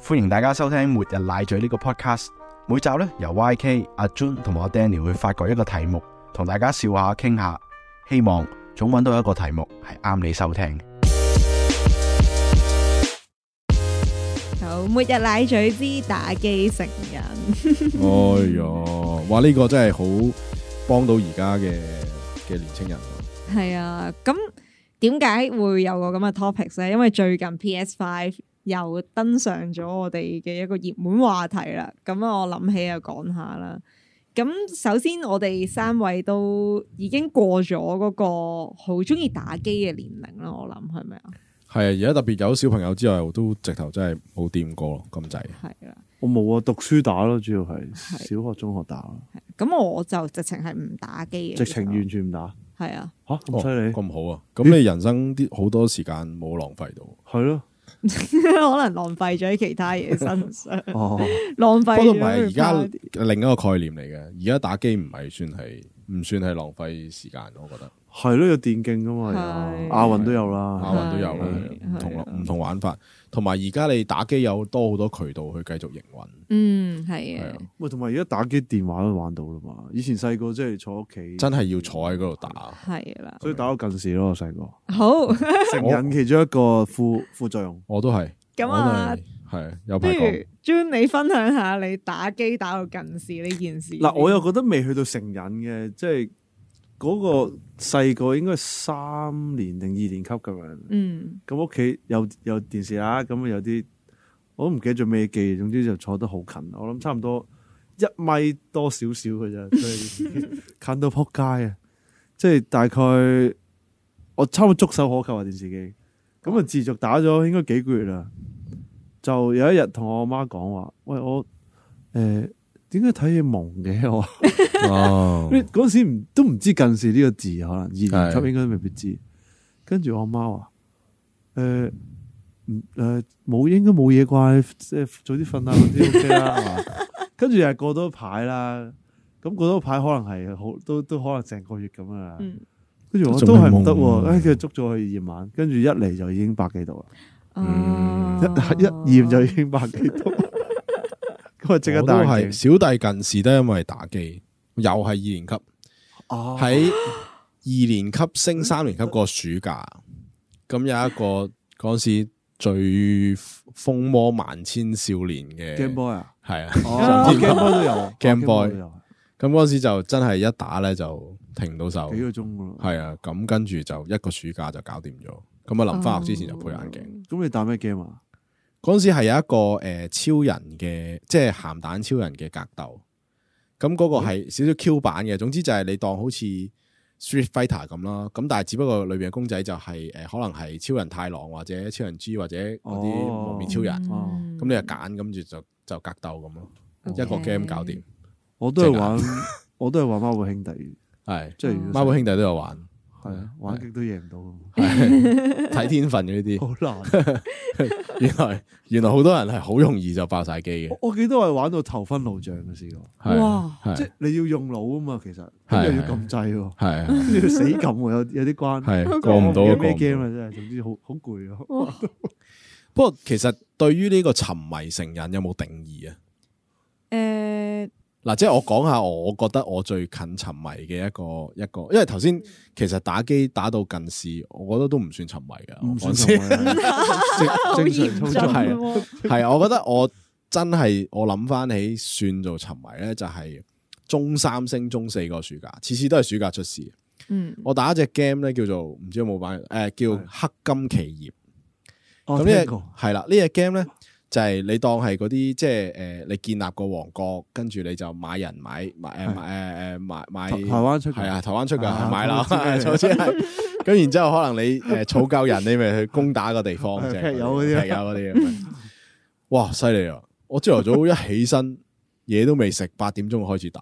歡迎大家收聽《末日奶嘴》呢個 podcast。每集呢，由 YK、阿 Jun 同埋阿 Danny 會發掘一個題目，同大家笑下、傾下，希望總揾到一個題目係啱你收聽。好，末日奶嘴之打機成人，哎呀，哇！呢、個真係好幫到而家嘅嘅年青人喎。係啊，咁點解會有個咁嘅 topics 咧？因為最近 PS Five 又登上咗我哋嘅一個熱門話題啦。咁啊，我諗起就講下啦。咁首先，我哋三位都已經過咗嗰個好中意打機嘅年齡啦。我諗係咪啊？係啊，而家特別有小朋友之後，都直頭真係冇掂過咯，咁滯。係啦。我冇啊，讀書打咯，主要係小學、中學打咯，咁我就直情係唔打機嘅，直情完全唔打。係啊， 吓咁犀利哦，咁好啊！咁你人生啲好多時間冇浪費到，係咯。可能浪費咗喺其他嘢身上，哦，浪費不過咗同埋而去 party。家另一個概念嚟嘅。而家打機唔係算係唔算係浪費時間，我覺得係咯，有電競噶嘛，係有亞運都有亞啦。運都有啦，係係啊唔同係啊唔同玩法。同埋而家你打機有多好多渠道去繼續營運，嗯，係係啊啊，，喂，同埋而家打機電話都玩到啦嘛。以前細個即係坐屋企，真係要坐喺嗰度打。係啦。所以打到近視咯。我細個好，成癮其中一個副副作用。我都係，咁我都啊係，係有不排如講。 Jun 你分享下你打機打到近視呢件事。嗱，我又覺得未去到成癮嘅，即係嗰個細個應該係三年定二年級咁樣。嗯咁屋企有有電視啦，咁有啲我都唔記得咗咩機，總之就坐得好近，我諗差唔多一米多少少嘅啫，即係近到撲街啊！即係大概我差唔多觸手可及啊電視機，咁啊自續打咗應該幾個月啦，就有一日同我媽講話，喂我誒點解睇嘢蒙嘅 我？哦你嗰陣時唔都唔知近視呢個字，可能二年係級應該都未必知。跟住我媽話：誒唔誒冇應該冇嘢啩，即係早啲瞓啊嗰啲 OK 啦，係嘛？ 跟住又係過多排啦，咁過多排可能係好都都可能成個月咁啊。嗯，跟住我仲都係唔得係夢啊喎，誒佢捉咗去驗眼，跟住一嚟就已經百幾度啦，嗯哦 一一驗就已經百幾 度，咁 啊即刻我都戴係眼鏡。小弟近視都因為打機，又係二年級，哦喺二年級升三年級個暑假，咁有一個嗰陣時最風魔萬千少年嘅 Game Boy 啊，係啊，哦 Game Boy 都有 Game Boy 都有。啊咁嗰陣時就真係一打咧就停唔到手，幾個鐘噶咯。係啊，咁跟住就一個暑假就搞掂咗，咁啊臨翻學之前就配眼鏡。哦咁你打咩 game 啊？嗰陣時係有一個誒、呃超人嘅，即係鹹蛋超人嘅格鬥。咁嗰嗯個係少少 Q 版嘅，總之就係你當好似 Street Fighter 咁啦。咁但係只不過裏邊嘅公仔就係、誒、可能係超人太郎或者超人 G 或者嗰啲哦蒙面超人。咁、哦你就揀，跟住就就格鬥咁咯，嗯一個 game 搞掂。。我都係玩，我都係玩孖寶兄弟， 係，即係嗯如孖果寶兄弟都有玩，係啊，玩極都贏唔到， 係睇天分嘅呢啲。好難。原來原來好多人係好容易就爆晒機嘅。我記得我係玩到頭昏腦脹嘅試過，係哇！即係係你要用腦啊嘛，其實係咁又要撳掣喎，係係跟住要死撳喎，有有啲關。係過唔到我啊過唔記得咩到 game 啊？真係，總之好好攰啊咯。不過其實對於呢個沉迷成癮有冇定義啊？誒，嗱，即係我講下，我覺得我最近沉迷嘅一個一個，因為頭先其實打機打到近視，我覺得都唔算沉迷嘅。唔算我同先 我好一樣正嚴重正常操重作係係喎。啊 係，我覺得我真係我諗翻起算做沉迷咧，就係中三升中四個暑假，次次都係暑假出事。嗯，我打一隻 game 咧，叫做唔知有冇玩誒、叫《黑金奇業》。哦，咁聽呢過係啦，呢只 game 咧就係你當係嗰啲即係誒，你建立個王國，跟住你就買人買呃買誒係買誒誒買買台台灣出嘅係啊，台灣出噶啊買樓，咁我 知係好似 係咁，然之後可能你誒儲夠人，你咪去攻打個地方，係即係劈友嗰啲啊劈友嗰啲咁樣。哇，犀利啊！我朝頭早一起身，嘢都未食，八點鐘就開始打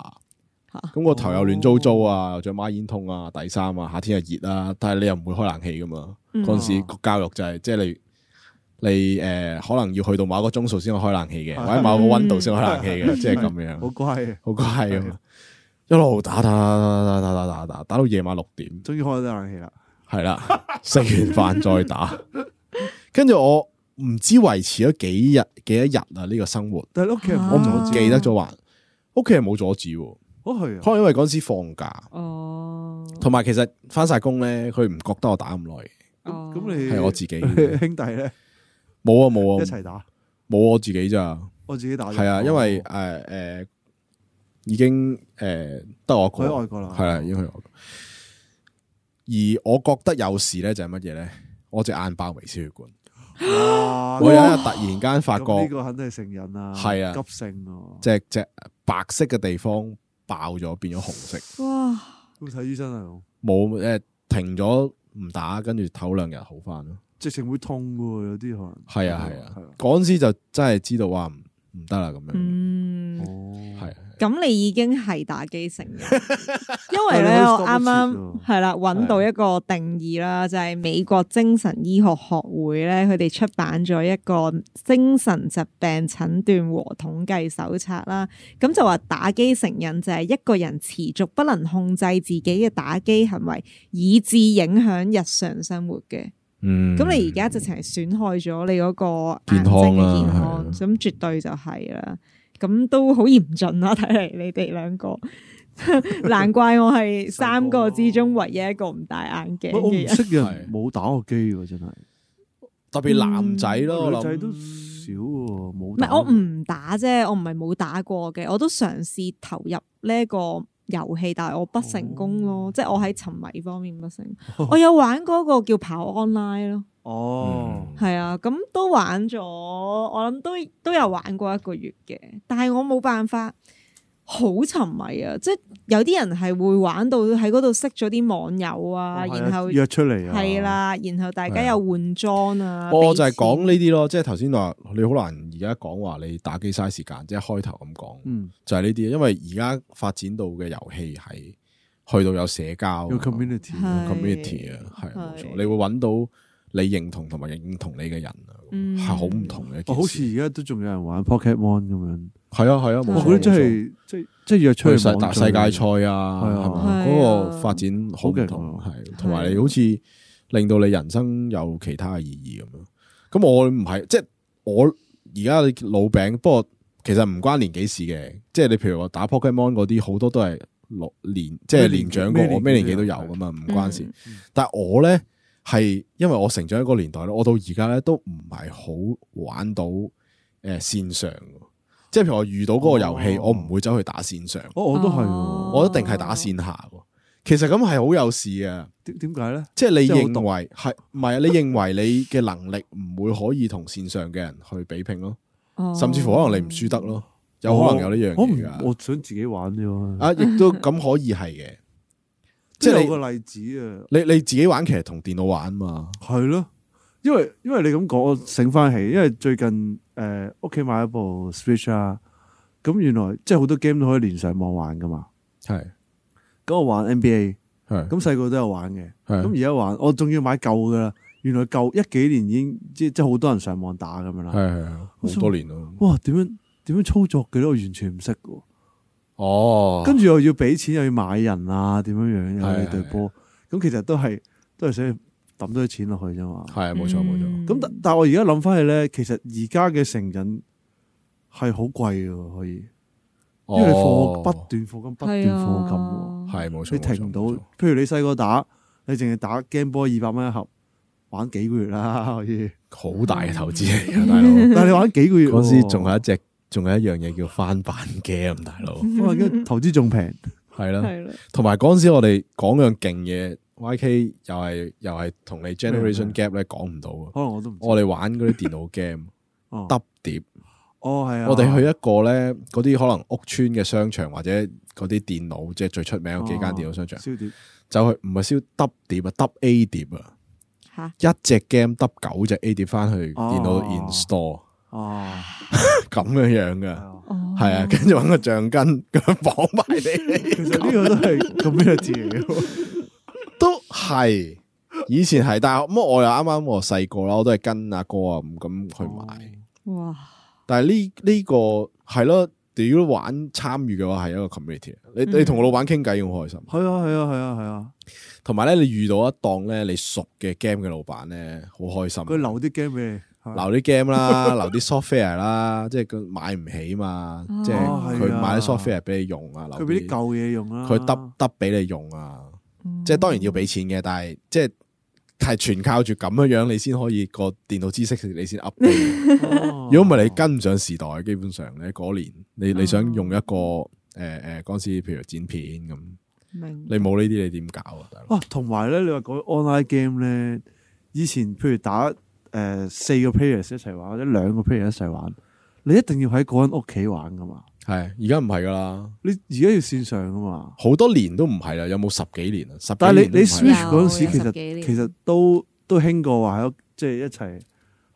嚇。咁個頭又亂哦糟糟啊，又着孖煙通啊，底衫啊，夏天又熱啊，但係你又唔會開冷氣噶嘛。嗯嗰陣時個教育就係即係你你誒可能要去到某一個鐘數先可以開冷氣嘅，係或者某個溫度先可以開冷氣嘅，即係咁啊嗯好樣，乖嘅，好乖咁啊！一路打打打打打打打打打到夜晚六點，終於開得冷氣啦。係啦，食完飯再打。跟住我唔知維持咗幾日幾多日啊呢、個生活，但係屋企人我冇唔阻止，記得咗還，屋企人冇阻止喎，我係可啊，能因為嗰陣時放假，哦，同埋其實翻晒工咧，佢唔覺得我打咁耐，哦咁你係我自己 兄弟咧冇啊一冇啊齊打，冇我自己咋，我自己打咗。係啊，因為哦诶诶已經诶得我一佢喺個。外國啊啦，系啦，已經去外國。而我覺得有事咧，就係乜嘢咧？我隻眼爆微絲血管，哇，啊我有一日突然間發咁呢覺個肯定係成人啊，係啊急性啊，隻隻白色嘅地方爆咗，變咗紅色，哇，要睇醫生啊，冇诶、停咗唔打，跟住唞兩日好翻咯。直情會痛噶喎，有啲可能係啊係啊係啊，嗰阵时就真係知道話唔唔得啦咁樣，嗯，哦，係啊咁你已經係打機成人，因為喂咧你可以我啱 stop 一啱係啦揾到一個定義啦，就係美國精神醫學學會咧，佢哋出版咗一個精神疾病診斷和統計手冊啦。咁就話打機成癮就係一個人持續不能控制自己嘅打機行為，以致影響日常生活嘅。嗯，咁你而家直情係損害咗你嗰個健眼睛康啦嘅健係啊康，咁絕對就係啦。咁都好嚴峻啦，睇嚟你哋兩 個，難怪我係三個之中唯一一個唔戴眼鏡喂我唔嘅人。識嘅係人冇打過機喎，真係嗯特別男仔咯，我女仔諗都少喎，冇唔打係過。我唔打啫，我唔係冇打過嘅，我都嘗試投入呢一個遊戲，但係我不成功咯，哦即係我喺沉迷方面不成 功。我有玩嗰個叫跑 online 咯。哦，嗯係啊，咁都玩咗，我諗都都有玩過一個月嘅，但係我冇辦法好沉迷啊！即係有啲人係會玩到喺嗰度識咗啲網友啊，哦係啊然後約出嚟啊，係，啦，然後大係家啊又換裝啊，我哦就係係講呢啲咯，即係頭先話你好難而家講話你打機嘥時間，即係開頭咁講。嗯，就係呢啲，因為而家發展到嘅遊戲係去到有社交啊有 community，係 community 啊，係冇錯，係你會揾到你認同同埋認同你嘅人啊，嗯係好唔同嘅一件事。哦，好似而家都仲有人玩 Pokemon 咁樣，係啊係啊，冇我錯覺得真冇錯係即係即係約出去去世大網世聚界賽啊，係啊係係嘛啊嗰個發展好唔同，好勁啊係同埋你好似令到你人生有其他嘅意義咁樣。咁我唔係即係我而家老餅，不過其實唔關年紀事嘅，即係你譬如話打 Pokemon 嗰啲，好多都係老年，即係咩年年紀長過我，咩咩年紀年紀都有都有噶嘛，唔關事嗯。但係我咧係因為我成長一個年代咧，我到而家咧都唔係好玩到誒線上嘅，即係譬如我遇到嗰個遊戲，哦我唔會走去打線上。哦，我都係哦喎，我一定係打線下喎。其實咁係好有事嘅，點點解咧？即係你即係好認為係唔係啊？你認為你嘅能力唔會可以同線上嘅人去比拼咯，哦甚至乎可能你唔輸得咯，有可能有呢樣我唔嘢㗎。哦我想自己玩啫嘛。啊，亦都咁可以係 嘅，即即係有係個例子啊，你你你自己玩其實同電腦玩嘛，係咯，因為因為你咁講，我醒翻起，因為最近誒屋企買咗部 Switch 啊，咁原來即係好多 game 都可以連上網玩噶嘛。係咁我玩 NBA，係咁細個都有玩嘅，咁係而家玩，我仲要買舊噶啦。原來舊一幾年已經即即係好多人上網打咁樣啦。係係好多年咯。哇，點樣點樣操作嘅咧？我完全唔識嘅喎。哦，跟住又要俾錢，又要買人啊，點樣樣又係呢隊波，咁其實都係都係想抌多啲錢落去啫嘛。係啊冇錯冇嗯錯，咁但啊但係我而家諗翻起咧，其實而家嘅成癮係好貴嘅，可以，嗯因為你課不哦斷課金，不斷係課金喎， 啊，係冇錯，你停唔到哦冇錯。譬如你細個打，你淨係打 game boy 二百蚊一盒，玩幾個月啦 可以，好大嘅投資嚟 㗎，大佬。但係你玩幾個月喎嗰時仲有一隻，仲有一樣嘢叫翻版 game，大佬哇，而啊家啊投資仲平，係啦。係啦，同埋嗰陣時我哋講樣勁嘢，YK 又係又係同你 generation 咩 gap 咧講唔到嘅。可能我都唔知。我哋玩嗰啲電腦 game 哦揼碟，哦係啊，我哋去一個咧嗰啲可能屋村嘅商場或者嗰啲電腦，即係最出名嗰幾間電腦商場，燒碟，走去唔係燒揼碟啊，揼 A 碟啊，嚇一隻 game 揼九隻 A 碟翻去電腦哦 install 哦，咁樣樣係嘅，啊哦係啊，跟住揾個橡筋咁樣綁埋你。其實呢個都係 community 嚟嘅喎。都係，以前係，但係咁我又啱啱我細個啦，我都係跟阿哥啊咁咁去買。哇，哦但係呢呢個係咯，屌玩參與嘅話係一個 community，你你嗯同個老闆傾偈好開心。係啊係啊係啊係啊，同埋咧，你遇到一檔咧你熟嘅 game 嘅老闆咧，好開心。佢留啲 game 俾你，留啲 game 啦， 留啲 software 啦，即係佢買唔起嘛，即係哦佢係啊買啲 software 俾你用啊，留佢俾啲啊啲舊嘢用啦，佢得得俾你用啊，即係當然要俾錢嘅，但係即係係全靠住咁樣樣你先可以個電腦知識你先 update。哦。如果唔係你跟唔上時代，基本上咧嗰年你你想哦用一個诶诶嗰陣時，譬如剪片咁，明你冇呢啲你點搞啊？大佬哇，同埋咧，你話講 online game 咧，以前譬如打诶四個 players 一齊玩，或者兩個 players 一齊玩，你一定要喺嗰人屋企玩噶嘛。係而家唔係噶啦。你而家要線上噶嘛。好多年都唔係啦，有冇十幾年啊？十幾但係年你都你唔係啦 Switch 嗰陣時，有其啊有十幾實年其實都都興過話喺屋，即係一齊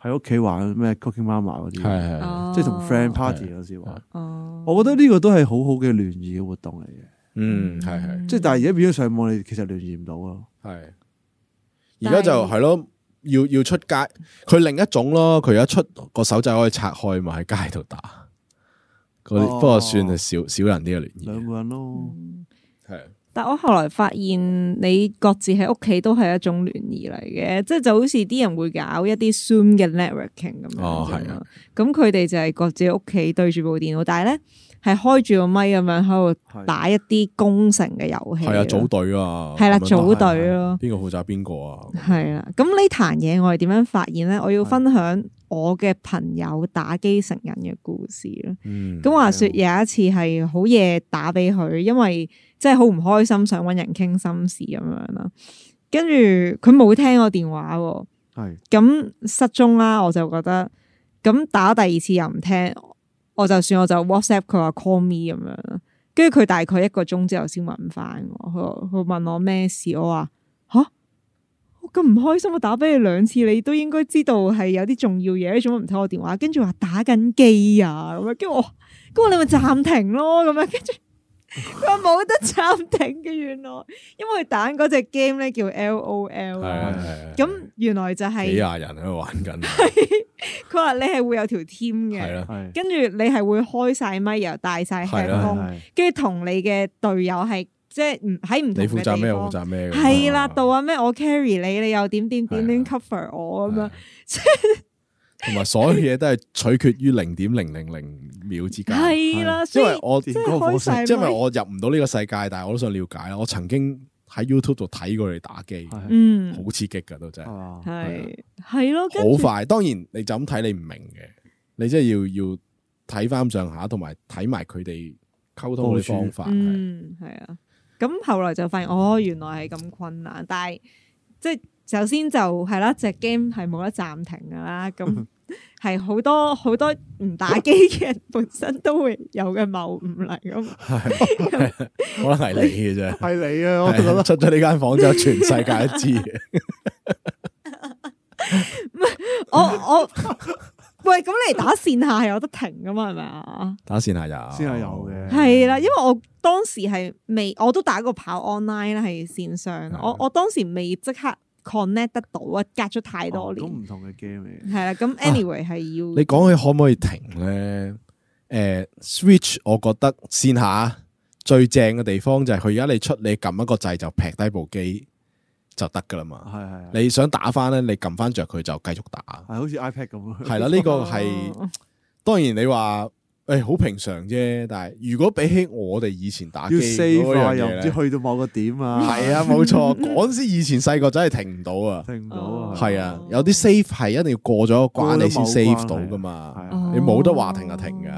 喺屋企玩咩 Cooking Mama 嗰啲，係係係哦即係啊同 friend party 嗰時玩。哦，我覺得呢個都係好好嘅聯誼嘅活動嚟嘅，嗯係係即係但係而家變咗上網，你其實聯誼唔到咯。係。而但家就係咯，要要出街，佢另一種咯，佢而家出個手掣可以拆開嘛，喺街度打。嗰啲哦不過算係少少人啲嘅聯兩誼，個人咯，係嗯但我後來發現，你各自喺屋企都係一種聯誼嚟嘅，即係就好似啲人會搞一啲 Zoom 嘅 networking 咁樣啫嘛。哦係啊咁佢哋就係各自喺屋企對住部電腦，但係咧係開住個咪咁樣喺度係打一啲攻城嘅遊戲。係啊，組隊啊，係啦咁樣都組隊咯係係邊個負責邊個啊？係啦，咁呢壇嘢我係點樣發現咧？我要係分享我嘅朋友打機成人嘅故事啦。嗯，咁話說有一次係好夜打俾佢，因為真係好唔開心，想揾人傾心事咁樣啦。跟住佢冇聽我電話喎，係咁失蹤啦，我就覺得咁打第二次又唔聽，我就算我就 WhatsApp 佢話 call me 咁樣啦。跟住佢大概一個鐘之後先揾翻我，佢佢問我咩事，我話吓，我咁唔開心，我打俾你兩次，你都應該知道係有啲重要嘢，你做乜唔睇我電話？跟住話打緊機啊咁樣，跟住我，咁我你咪暫停咯咁樣，跟住 佢話冇得暫停嘅原來，因為佢打緊嗰只 game 咧叫 L O L 係啊。啊係啊，咁原來就係啊係幾廿人喺度玩緊，啊佢話你係會啊有條 team 係啊嘅，啦，係跟住你係會開晒咪，又戴晒係啊啦係 headphone，係跟住同你嘅隊友係即係唔喺唔同嘅你負責咩？地我負方。責咩？係啦，到啊咩我 carry 你，你又點點點點係啊 cover 我咁樣係，啊 同埋所有嘢都係取決於零點零零零秒之間。係啦，所啊因以為我即即係開晒咪，因為我入唔到呢個世界，但係我都想了解啦。我曾經喺 YouTube 度睇過你打機，係嗯好刺激噶都真係，啊係係咯，跟好住快。當然你就咁睇你唔明嘅，你真係要要睇翻上下，同埋睇埋佢哋溝通嘅方法。係嗯係啊，咁後來就發現哦，原來係咁困難，但係即係首先就係啦，隻 game 係冇得暫停噶啦， 咁係好多好多唔打機嘅人本身都會有嘅謬誤嚟咁， 可能係你嘅啫，係你啊！ 我覺得係哦出咗呢間房之後，全世界都知嘅。 我我喂咁你打線下係有得停噶嘛係咪啊？打線下有，先係有嘅，係啦，因為我當時係未，我都打過跑 online 啦，係線上係。我我當時未即刻 connect 得到啊，隔咗太多哦咁年。嗯唔同嘅 game 嚟嘅。係啦，咁啊 anyway 係要你講起可唔可以停咧？诶、s w i t c h 我覺得線下最正嘅地方就係佢而家你出你撳一個掣就劈低部機就得噶啦嘛。係係係你想打翻咧，你撳翻着佢就繼續打。係好似 iPad 咁啊。係啦，呢個 係哦當然你話诶好平常啫，但係如果比起我哋以前打機要嗰 save 啊，樣又嘢唔呢知去到某個點啊，係啊，冇 錯，嗰陣時以前細個真係停唔到啊。聽唔到啊，係啊，有啲 save 係一定要過咗個關你先過咗某關 save 到噶係嘛。啊哦你冇得話停就停㗎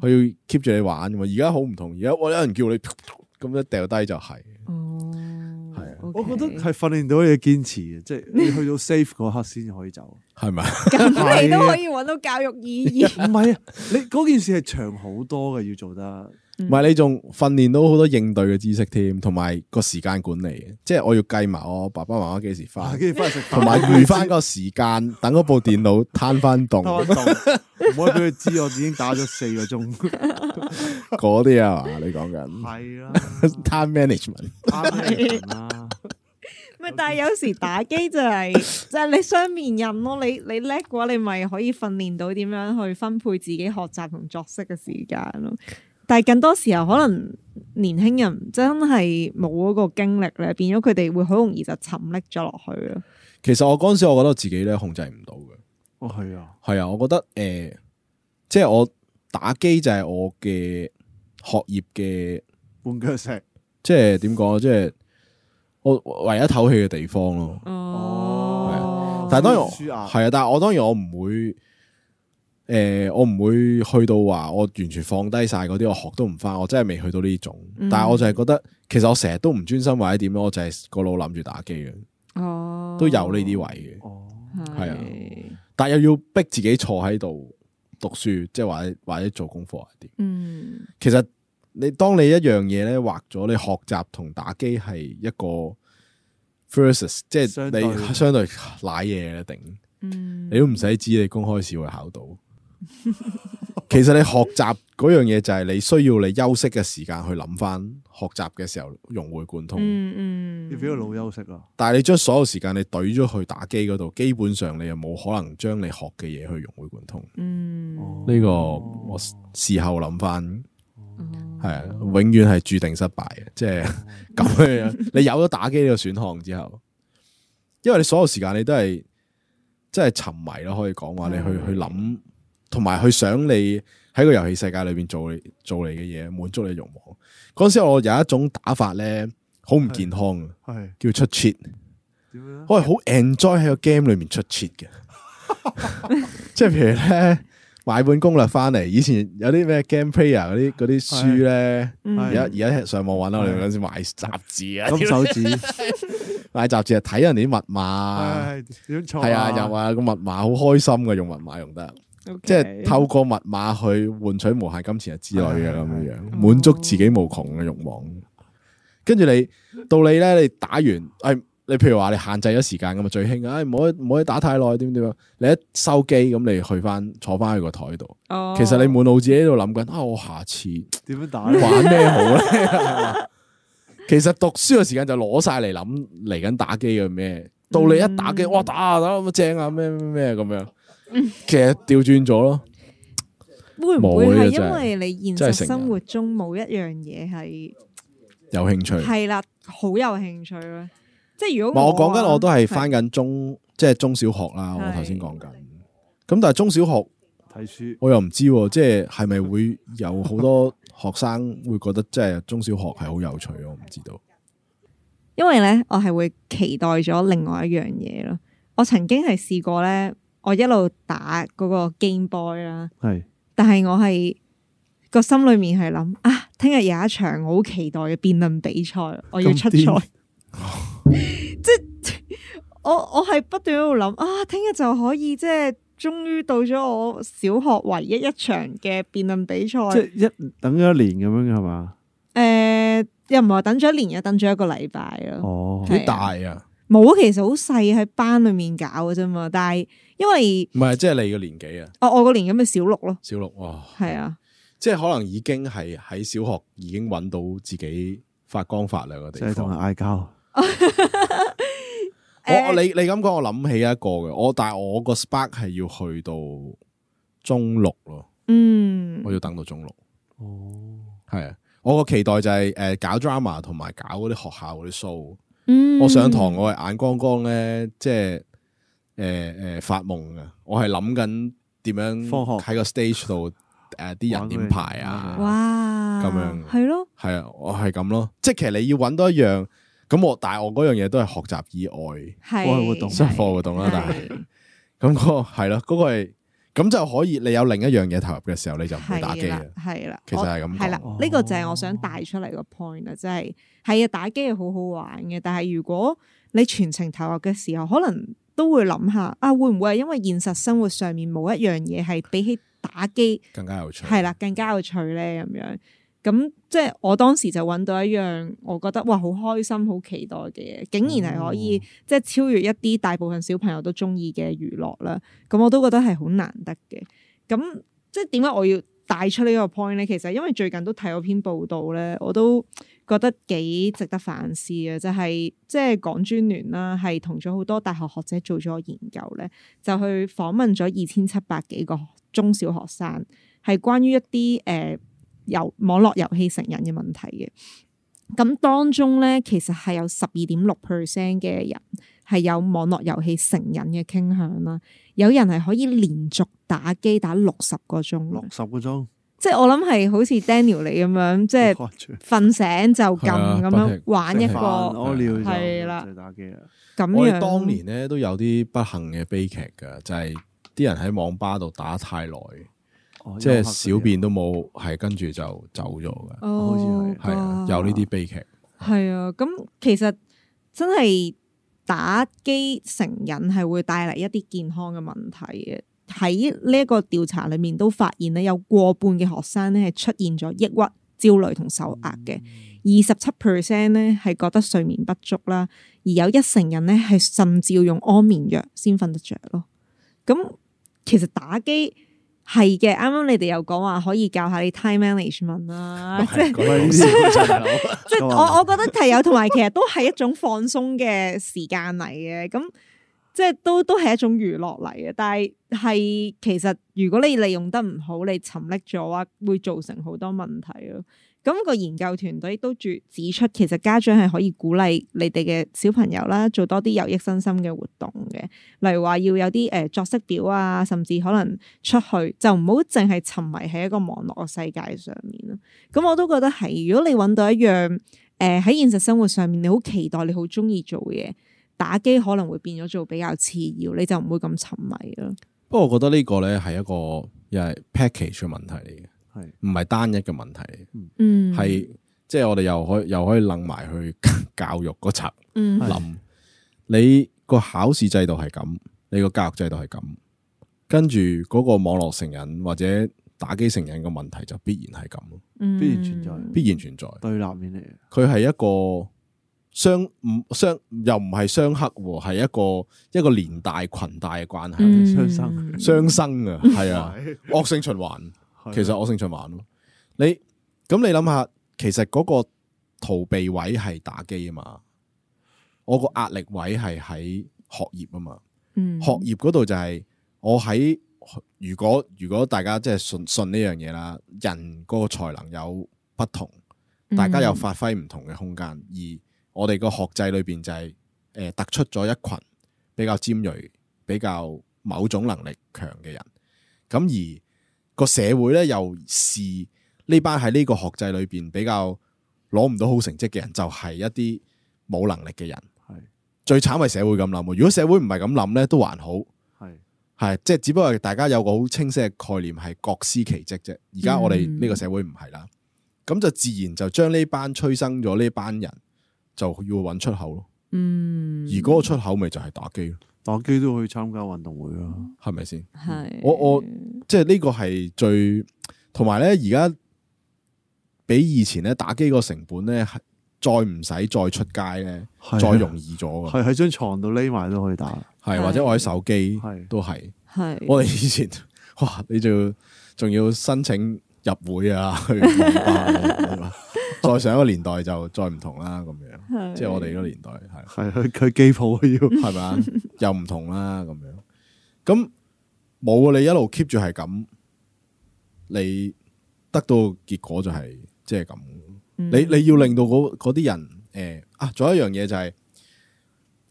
佢要 keep 住你玩㗎嘛。而家好唔同，而家我有人叫你咁一掉低就係，哦，係啊我 OK 覺得係訓練到你嘅堅持啊嘅，即係你去到 safe 嗰刻先可以走。係咪？咁你都可以揾到教育意 義。唔係啊，你嗰件事係長好多嘅，要做得唔係你仲訓練到好多應對嘅知識添，同埋個時間管理，即係我要計埋我爸爸媽媽幾時 翻，跟住翻去食飯同埋預翻個時間，等嗰部電腦攤翻 偷凍下洞唔可以俾佢知我已經打咗四個鐘。嗰啲啊嘛？你講緊係 啦， time management 啱啱啦，咪啊但係有時打機就 係就係你雙面人咯，你你叻嘅話，你咪可以訓練到點樣去分配自己學習同作息嘅時間咯。但係更多時候可能年輕人真係冇嗰個經歷咧，變咗佢哋會好容易就沉溺咗落去咯。其實我嗰陣時，我覺得我自己咧控制唔到嘅，哦係啊，係啊，我覺得诶、呃即係我打機就係我嘅學業嘅，半腳石。即係點講啊？即係我我唯一唞氣嘅地方咯。哦哦，但係當然舒壓係啊，但係我當然我唔會诶、我唔會去到話我完全放低晒嗰啲，我學都唔翻，我真係未去到呢種。嗯但係我就係覺得，其實我成日都唔專心或者點咯，我就係個腦諗住打機嘅，哦都有呢啲位嘅。哦，係啊啊，但又要逼自己坐喺度讀書，即係或者或者做功課係啊點？嗯，其實你當你一樣嘢咧畫咗，你學習同打機係一個 versus，即相係對你相對濑嘢嘅定，嗯你都唔使知你公開試會考到。 其實你學習嗰樣嘢就係你需要你休息嘅時間去諗翻學習嘅時候融會貫通，嗯嗯，要俾個腦休息啊。但係你將所有時間你懟咗去打機嗰度，基本上你又冇可能將你學嘅嘢去融會貫通。嗯，呢個我事後諗翻，係啊，哦永遠係注定失敗嘅，即係咁樣。你有咗打機呢個選項之後，因為你所有時間你都係即係沉迷咯，可以講話你去去諗，同埋去想你喺個遊戲世界裏邊做你做你嘅嘢，滿足你慾望。嗰陣時我有一種打法咧，好唔健康啊，係叫出 cheat。點樣呢？我係好 enjoy 喺個 game 裏面出 cheat 嘅，即係譬如咧買本攻略翻嚟，以前有啲咩 game player 嗰啲嗰啲書咧，嗯而家而家上網揾啦，我哋係嗰陣時買雜誌啊， 金手 指，買雜誌啊睇人哋啲密碼，唉點錯係啊，又話個密碼好開心嘅，用密碼用得，即係透過密碼去換取無限金錢啊之類嘅咁樣樣，係滿足自己無窮嘅慾望。跟住你到你咧，你打完，誒，你譬如話你限制咗時間咁啊嘛，最興嘅，誒唔可以唔可以打太耐，點點樣？你一收機咁，你去翻坐翻去個台度，哦哎其實你滿腦自己喺度諗緊啊，我下次點樣打呢？玩咩好 咧？係嘛其實讀書嘅時間就攞晒嚟諗嚟緊打機嘅咩，到你一打機，嗯哇打啊打咁正啊咩咩咩咁樣，其實調轉咗咯。會唔會冇呢個係真係因為你現真實係成人生活中冇一樣嘢係有興趣。唔係啦，好有興趣咧？即係如係果我講緊，啊我都係翻緊中，即係中小學啦。我係頭先講緊，咁但係中小學 睇書我又唔知喎，即係係咪會有好多學生會覺得即係中小學係好有趣？我唔知道。因為咧，我係會期待咗另外一樣嘢咯。我曾經係試過咧，我一路打嗰個 Game Boy 啦，係但係我係個心裏面係諗啊，聽日有一場我好期待嘅辯論比賽，我要出咁癲賽。 即係我我係不斷喺度諗啊，聽日就可以即係終於到咗我小學唯一一場嘅辯論比賽。即係一等咗一年咁樣嘅係嘛？诶、又唔係話等咗一年，又等咗一個禮拜咯。哦，係幾大啊？冇，其實好細喺班裏面搞嘅啫嘛。但係因為哦唔係，即係你嘅年紀啊，我我個年咁嘅小六咯，小六哇，係啊，即係可能已經係喺小學已經揾到自己發光發亮嘅即地係同人方。嗌交。我我誒你你咁講，我諗起一個嘅，我但係我個 spark 係要去到中六咯，嗯我要等到中六。哦，系啊，我個期待就係呃搞 drama 同埋搞嗰啲學校嗰啲 show。嗯我上堂我係眼光光咧，即係诶诶發夢啊！我係諗緊點樣放學喺個 stage 度诶啲人玩點佢排玩啊，哇咁樣係咯，係啊，我係咁咯。即係其實你要揾到一樣咁我，但係我嗰樣嘢都係學習以外係課外活動即係課外活動啦。但係咁嗰個係咯，嗰個係咁就可以，你有另一樣嘢投入嘅時候，你就唔會打機啊係啦係啦。，啦，其實係咁講係啦，呢個就係我想帶出嚟個哦 point 啊，即係係啊，打機係好好玩嘅，但係如果你全程投入嘅時候，可能都會諗下啊，會唔會係因為現實生活上面冇一樣嘢係比起打機更加有趣。係啦更加有趣咧咁樣？咁即係我當時就揾到一樣我覺得哇好開心、好期待嘅嘢，竟然係可嗯以、即係超越一啲大部分小朋友都中意嘅娛樂啦。咁我都覺得係好難得嘅。咁即係點解我要帶出呢個 point 咧？其實因為最近都睇咗篇報道咧，我都覺得幾值得反思嘅，就係、即係港專聯啦，係同咗好多大學學者做咗研究咧，就去訪問咗二千七百幾個中小學生，係關於一啲誒遊網絡遊戲成癮嘅問題嘅。咁當中咧，其實係有十二點六 percent 嘅人係有網絡遊戲成癮嘅傾向啦。有人係可以連續打機打六十個鐘六嘅，十個鐘，即係我諗係好似 Daniel 你咁樣，即係好誇張瞓醒就撳係啊咁不停樣玩一食個飯咁屙尿就係啦就打機啦。我樣。哋當年咧都有啲不幸嘅悲劇㗎，就係、啲人喺網吧度打太耐，哦即係小，便都冇，係跟住就走咗㗎。哦，好似係係啊，哇有呢啲悲劇。係啊，咁其實真係打機成癮係會帶嚟一啲健康嘅問題嘅。喺呢一個調查裏面都發現咧，有過半嘅學生咧係出現咗抑鬱、焦慮同受壓嘅。二十七 percent 咧係覺得睡眠不足啦，而有一成人咧係甚至要用安眠藥先瞓得着咯。咁其實打機係嘅，啱啱你哋有講話可以教下你 time management 啦，即係係講笑啫大佬即係啊我我覺得係有，同埋其實都係一種放鬆嘅時間嚟嘅，咁即係都都係一種娛樂嚟嘅。但係係其實如果你利用得唔好，你沉溺咗啊，會造成好多問題咯。咁、個研究團隊都注指出，其實家長係可以鼓勵你哋嘅小朋友啦，做多啲有益身心嘅活動嘅，例如話要有啲誒、呃作息表啊，甚至可能出去就唔好淨係沉迷喺一個網絡嘅世界上面啦。咁我都覺得係，如果你揾到一樣呃誒喺、現實生活上面，你好期待，你好中意做嘅嘢，打機可能會變咗做比較次要，你就唔會咁沉迷咯。不過我覺得呢個咧係一個又係 package 嘅問題嚟嘅，係唔係單一嘅問題嚟嘅，嗯，係即係我哋又可以又可以楞埋去 教育嗰層嗯，係諗。你個考試制度係咁，你個教育制度係咁，跟住嗰個網絡成癮或者打機成癮嘅問題就必然係咁，嗯必然存在必然存在。對立面嚟嘅，佢係一個相唔相又唔係相克喎，係一個一個連帶裙帶嘅關係，嗯雙生相生啊，係啊。 係惡性循環，係啊其實惡性循環咯。你咁你諗下，其實嗰個逃避位係打機啊嘛，我個壓力位係喺學業啊嘛。嗯學業嗰度就係我喺如果如果大家即係信信呢樣嘢啦，人嗰個才能有不同，嗯大家有發揮唔同嘅空間，而我哋個學制裏邊就係、诶突出咗一群比較尖鋭、比較某種能力強嘅人。咁而個社會咧，又是呢班喺呢個學制裏邊比較攞唔到好成績嘅人，就係一啲冇能力嘅人。係最慘係社會咁諗喎。如果社會唔係咁諗咧，都還好，係係即係只不過係大家有個好清晰嘅概念係各司其職啫。而家我哋呢個社會唔係啦，咁、就自然就將呢班催生咗呢班人就要揾出口咯。嗯而嗰個出口咪就係打機咯，打機都可以參加運動會啊，係咪先？係我我即係呢個係最同埋咧，而家比以前咧打機個成本咧，係再唔使再出街咧，係啊再容易咗噶，係喺張床度匿埋都可以打，係或者我喺手機係都係。係我哋以前哇，你仲要仲要申請入會啊，去網吧再上一個年代就再唔同啦，咁樣即係我哋嗰個年代係。係去佢機鋪要系咪啊？又唔同啦，咁樣咁冇啊！你一路 keep 住係咁，你得到結果就係即係咁。你你要令到嗰嗰啲人诶、啊，仲有一樣嘢就係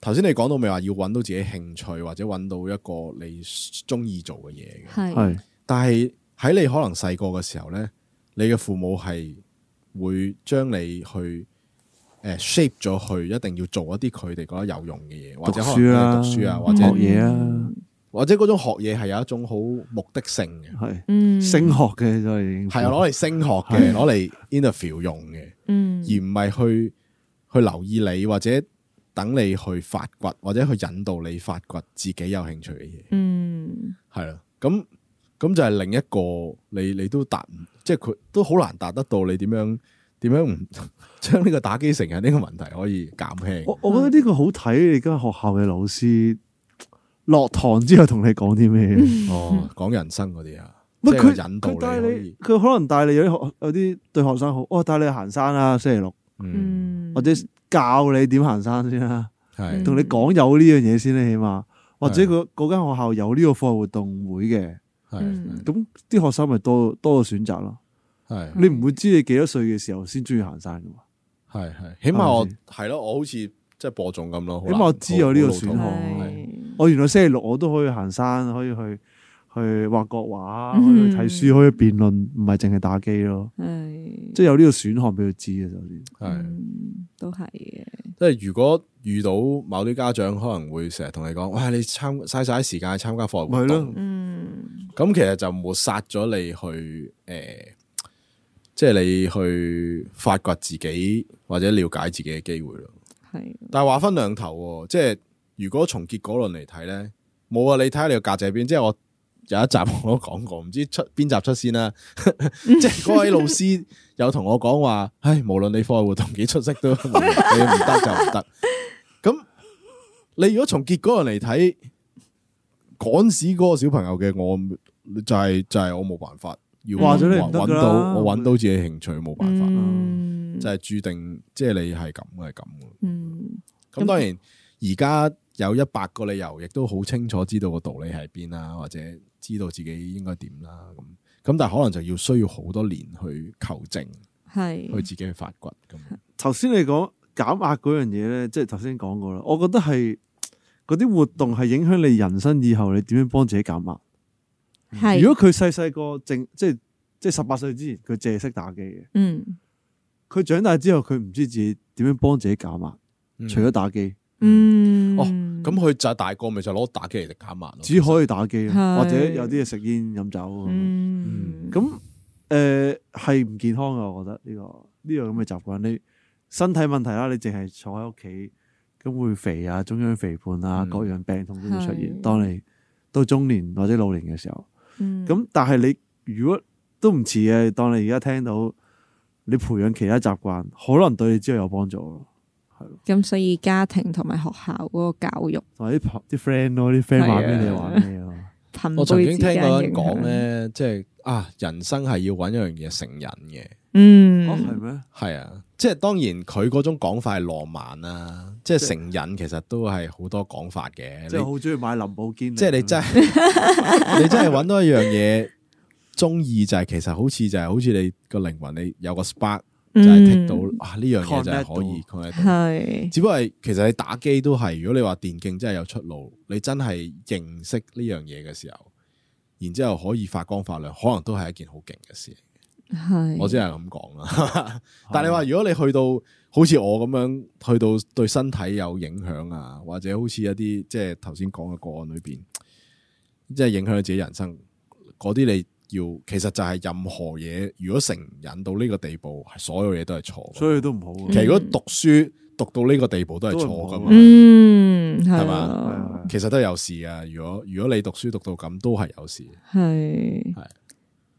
頭先你講到咪話要揾到自己興趣或者揾到一個你中意做嘅嘢嘅，係係但係喺你可能細個嘅時候咧，你嘅父母係會將你去诶、呃 shape 咗去，一定要做一啲佢哋覺得有用嘅嘢，或者可能讀書啦係讀書啊，或者學嘢啊，或者嗰種學嘢係有一種好目的性嘅，係嗯升學嘅就係已經係啊攞嚟升學嘅，攞嚟 interview 用嘅，嗯而唔係去去留意你或者等你去發掘或者去引導你發掘自己有興趣嘅嘢。嗯係啦，咁咁就係另一個你你都達唔，即係佢都好難達得到你點樣點樣唔 將呢個打機成癮呢個問題可以減輕。我我覺得呢個好睇你間學校嘅老師落堂之後同你講啲咩嗯嘢。哦，講人生嗰啲啊，即嗯唔係係佢引佢導佢帶你可以你，佢可能帶你有啲學有啲對學生好，哦帶你行山啊，星期六 嗯嗯或者教你點行山先啊啦，係同你講有呢樣嘢先啦，起碼或者佢嗰間學校有呢個課外活動會嘅，係嗯咁啲學生咪多多個選擇咯。係。你唔會知你幾多歲嘅時候先中意行山噶嘛？系系，起係咪碼我先係咯，我好似即即係播種咁咯。好起碼難我知有呢個選好好項老土係係我哦原來星期六我都可以行山，可以去去畫國畫，可以嗯去睇書，可以辯論，唔係淨係打機咯。系即係有呢個選項俾佢知嘅，首先係嗯嗯都系嘅，即係如果遇到某啲家長可能會成日同你講：，哇！你參嘥晒啲時間參加課外活咪係動咯，嗯，咁其實就抹殺咗你去诶、呃即係你去發掘自己或者了解自己嘅機會咯。系但係話分兩頭喎，即係如果從結果論嚟睇咧，冇啊！你睇下你個價值喺邊。即係我有一集我都講過，唔知出邊集出先啦。 即係嗰位老師有同我講話，唉，無論你課外活動幾出色都，你唔得就唔得。咁你如果從結果論嚟睇，趕屎嗰個小朋友嘅我，就係、就係、我冇辦法，要話咗你唔得㗎揾啦到我揾到自己興趣冇辦法，嗯就係注定即係你係咁係咁嘅。嗯咁當然而家有一百個理由，亦都好清楚知道個道理喺邊啦，或者知道自己應該點啦。咁咁，但係可能就要需要好多年去求證，系去自己去發掘咁。頭先你講減壓嗰樣嘢咧，即係頭先講過啦，我覺得係嗰啲活動係影響你人生以後你點樣幫自己減壓。系，如果果佢細細個淨即係即係十八歲之前，佢淨係識打機嘅。嗯佢長大之後，佢唔知自己點樣幫自己減壓，嗯除咗打機，嗯哦咁，佢就大個咪就攞打機嚟減壓咯。只可以打機，啊係或者有啲嘢食煙飲酒啊咁樣。嗯咁誒係唔健康噶，啊我覺得呢、個呢、個咁嘅習慣，你身體問題啦，你淨係坐喺屋企，咁會肥啊，中央肥胖啊，嗯各樣病痛都會出現。係當你到中年或者老年嘅時候，嗯咁但係你如果都唔遲嘅，當你而家聽到你培養其他習慣，可能對你之後有幫助咯。咁所以家庭同埋學校嗰個教育同埋啲朋啲 friend 咯，啲 friend 玩咩你玩咩咯。朋我曾輩經之聽間過人影講響，咧，即係啊，人生係要揾一樣嘢成人嘅。哦，係嗯，咩？係啊，即係當然佢嗰種講法係浪漫啦，即係成人其實都係好多講法嘅。即你係好中意買林寶堅尼。啊即係你真係你真係揾到一樣嘢中意，就係其實好似就係好似你個靈魂，你有個 spark 就係剔到嗯啊呢樣嘢就係可以 connect 到。係只不過係其實你打機都係，如果你話電競真係有出路，你真係認識呢樣嘢嘅時候，然之後可以發光發亮，可能都係一件好勁嘅事。嗯係，我只係咁講啦。但係你話如果你去到好似我咁樣，去到對身體有影響啊，或者好似一啲即係頭先講嘅個案裏邊，即係影響咗自己人生嗰啲，你要其實就係任何嘢，如果成癮到呢個地步，所有嘢都係錯嘅。所以都唔好啊㗎。其實如果讀書讀到呢個地步都係錯噶都係唔好嘛，嗯係係嘛係啊啊其實都係有事啊。如果如果你讀書讀到咁，都係有事。係係。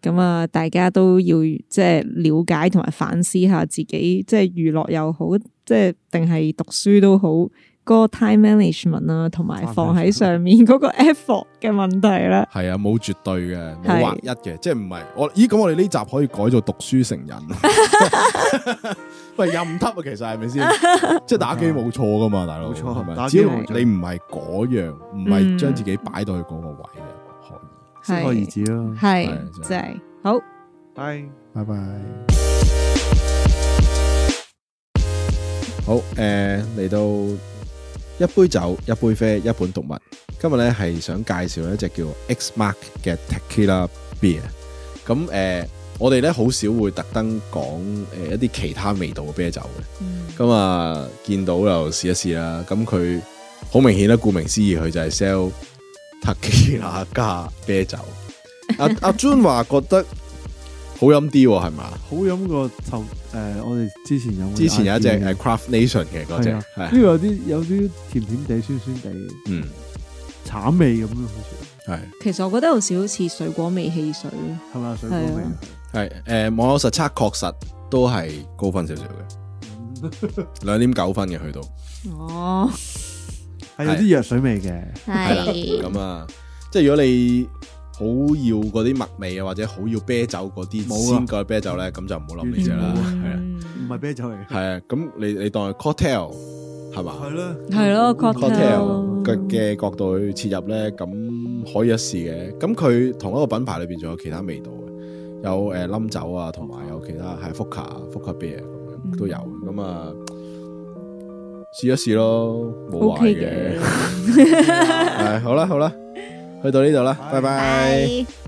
咁啊，大家都要即係了解同埋反思下自己，即係娛樂又好，即係定係讀書都好，嗰、個 time management 啦，同埋放喺上面嗰個 effort 嘅問題啦。係啊，冇絕對嘅，冇係劃一嘅，即係唔係我咦？咁我哋呢集可以改做讀書成人， 喂任得啊，其實係咪先？即係打機冇錯噶嘛，大佬，冇錯係咪打只機要冇錯你唔係嗰樣，唔係將自己擺到去嗰個位嘅，可以。適可而止咯。係係即係好。係。拜拜。好，诶、嚟到一杯酒、一杯啡、一本讀物。今日咧係想介紹一隻叫 X Mark 嘅 Tequila Beer。咁诶、誒我哋咧好少會特登講诶一啲其他味道嘅啤酒嘅。咁啊，見到又試一試啦。咁佢好明顯啦，顧名思義，佢就係 sell 特基拉加啤酒。 阿阿 Jun 話覺得好飲啲喎，係嘛？好飲過頭誒，我哋之前有之前有一隻誒呢 Craft Nation 嘅嗰隻係啊，個係有啲有啲甜甜地、酸酸地、嗯橙味咁樣，好似係其實我覺得有少少似水果味汽水，係咪啊水果味啊？係誒網友實測確實都係高分少少嘅，啊嗯兩點九分嘅去到哦，係有啲藥水味嘅，係啦。咁啊，即係如果你好要嗰啲麥味啊，或者好要啤酒嗰啲冇啊先嘅啤酒咧，咁就唔好諗呢只啦，完全係啊。嗯唔係啤酒嚟嘅。係啊，咁你你當係 cocktail 係嘛啦，係咯 cocktail cocktail 嘅嘅角度去切入咧，咁可以一試嘅。咁佢同一個品牌裏邊仲有其他味道嘅，有誒冧酒啊，同埋有其他係 f o c a f o c a beer 咁樣都有。咁啊，試一試咯，冇 O 壞 K 嘅。嘅，係好啦好啦，去到呢度啦，拜拜。拜。